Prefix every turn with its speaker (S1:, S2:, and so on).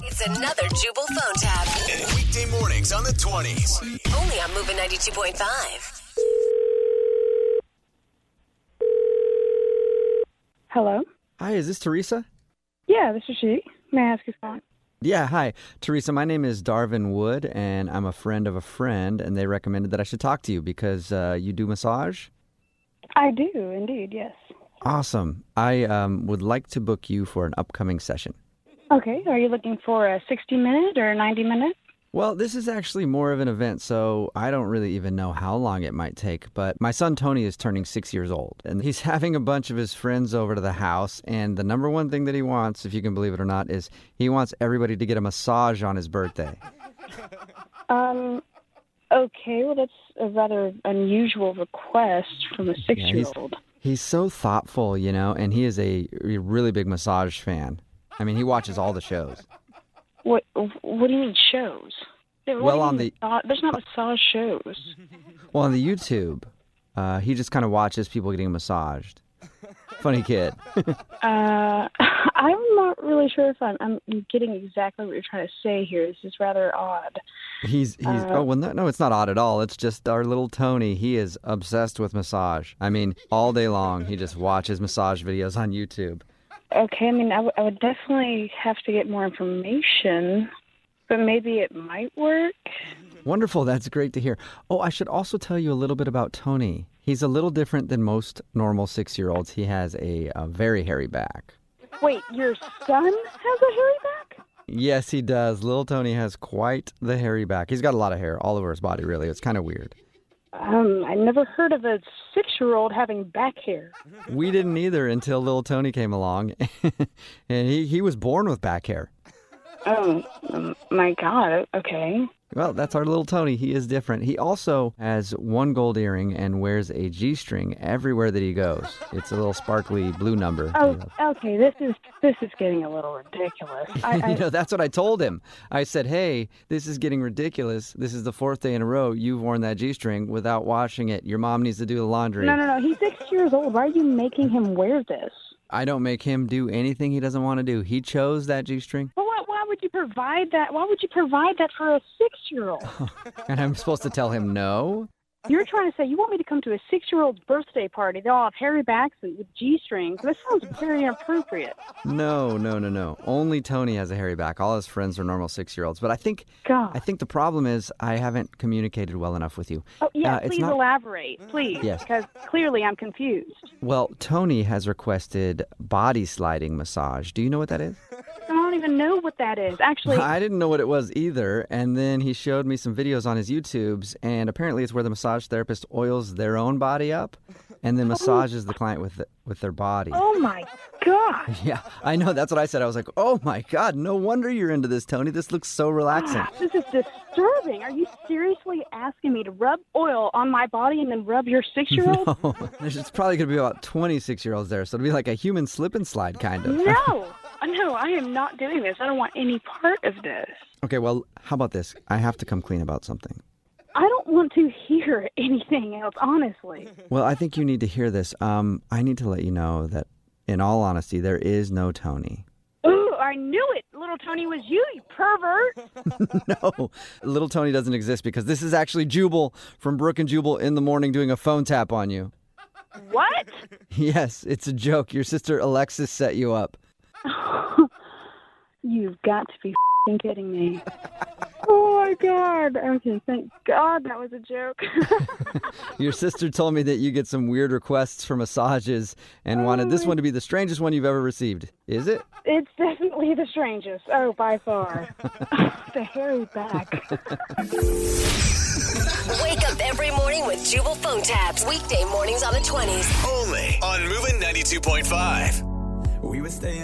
S1: It's another Jubal phone tab.
S2: Weekday mornings on the 20s.
S1: Only on Moving 92.5.
S3: Hello.
S4: Hi, is this Teresa?
S3: Yeah, this is she. May I ask who's calling?
S4: Yeah, hi. Teresa, my name is Darvin Wood, and I'm a friend of a friend, and they recommended that I should talk to you because uh, you do massage.
S3: I do indeed. Yes.
S4: Awesome. I um, would like to book you for an upcoming session.
S3: Okay. Are you looking for a sixty-minute or a ninety-minute?
S4: Well, this is actually more of an event, so I don't really even know how long it might take. But my son Tony is turning six years old, and he's having a bunch of his friends over to the house. And the number one thing that he wants, if you can believe it or not, is he wants everybody to get a massage on his birthday.
S3: Um. Okay. Well, that's a rather unusual request from a six-year-old.
S4: He's so thoughtful, you know, and he is a a really big massage fan. I mean, he watches all the shows.
S3: what What do you mean shows? There- what
S4: Well,
S3: do you
S4: on
S3: mean
S4: the-
S3: massage- there's not massage shows.
S4: Well, on the YouTube, uh, he just kind of watches people getting massaged. Funny kid.
S3: Uh, I'm not really sure if I'm, I'm getting exactly what you're trying to say here. This is rather odd.
S4: He's he's oh well no no it's not odd at all. It's just our little Tony. He is obsessed with massage. I mean, all day long he just watches massage videos on YouTube.
S3: Okay, I mean, I, w- I would definitely have to get more information, but maybe it might work.
S4: Wonderful. That's great to hear. Oh, I should also tell you a little bit about Tony. He's a little different than most normal six-year-olds. He has a, a very hairy back.
S3: Wait, your son has a hairy back?
S4: Yes, he does. Little Tony has quite the hairy back. He's got a lot of hair all over his body, really. It's kind of weird.
S3: Um, I never heard of a six-year-old having back hair.
S4: We didn't either until little Tony came along, and he, he was born with back hair.
S3: Oh, um, my God. Okay.
S4: Well, that's our little Tony. He is different. He also has one gold earring and wears a G string everywhere that he goes. It's a little sparkly blue number.
S3: Oh, okay. This is this is getting a little ridiculous.
S4: you
S3: I,
S4: know, that's what I told him. I said, "Hey, this is getting ridiculous. This is the fourth day in a row you've worn that G-string without washing it. Your mom needs to do the
S3: I,
S4: laundry."
S3: no, no, no. He's six years old. Why are you making him wear this?
S4: I don't make him do anything he doesn't want to do. He chose that G-string,
S3: But why, why would you provide that? Why would you provide that for a six-year-old?
S4: and I'm supposed to tell him no?
S3: You're trying to say you want me to come to a six year old's birthday party. They all have hairy backs and with G strings. That sounds very inappropriate.
S4: No, no, no, no. Only Tony has a hairy back. All his friends are normal 6-year-olds, but I think I
S3: God.
S4: think the problem is I haven't communicated well enough with you.
S3: Oh, yeah,
S4: Uh, it's
S3: please
S4: not-
S3: elaborate, please.
S4: Yes.
S3: Because clearly I'm confused.
S4: Well, Tony has requested body sliding massage. Do you know what that is?
S3: I don't even know what that is. Actually,
S4: I didn't know what it was either. And then he showed me some videos on his YouTubes, and apparently it's where the massage therapist oils their own body up and then massages the client with with their body.
S3: oh my God.
S4: Yeah, I know. That's what I said. I was like, "Oh my God! No wonder you're into this, Tony. This looks so relaxing."
S3: This is disturbing. Are you seriously asking me to rub oil on my body and then rub your six year old?
S4: Oh, there's probably going to be about 26 year olds there, so it'll be like a human slip and slide kind of.
S3: No. No, I am not doing this. I don't want any part of this.
S4: Okay, well, how about this? I have to come clean about something.
S3: I don't want to hear anything else, honestly.
S4: Well, I think you need to hear this. Um, I need to let you know that, in all honesty, there is no Tony.
S3: Ooh, I knew it. Little Tony was you, you pervert.
S4: no, little Tony doesn't exist because this is actually Jubal from Brook and Jubal in the morning doing a phone tap on you.
S3: What?
S4: Yes, it's a joke. Your sister Alexis set you up.
S3: You've got to be fing kidding me. Oh my god. Okay, thank God that was a joke.
S4: Your sister told me that you get some weird requests for massages and wanted this one to be the strangest one you've ever received. Is it?
S3: it's definitely the strangest. Oh, by far. Oh, the hairy back.
S1: Wake up every morning with Jubal phone tabs. Weekday mornings on the 20s.
S2: Only on Moving 92.5.
S5: We were staying.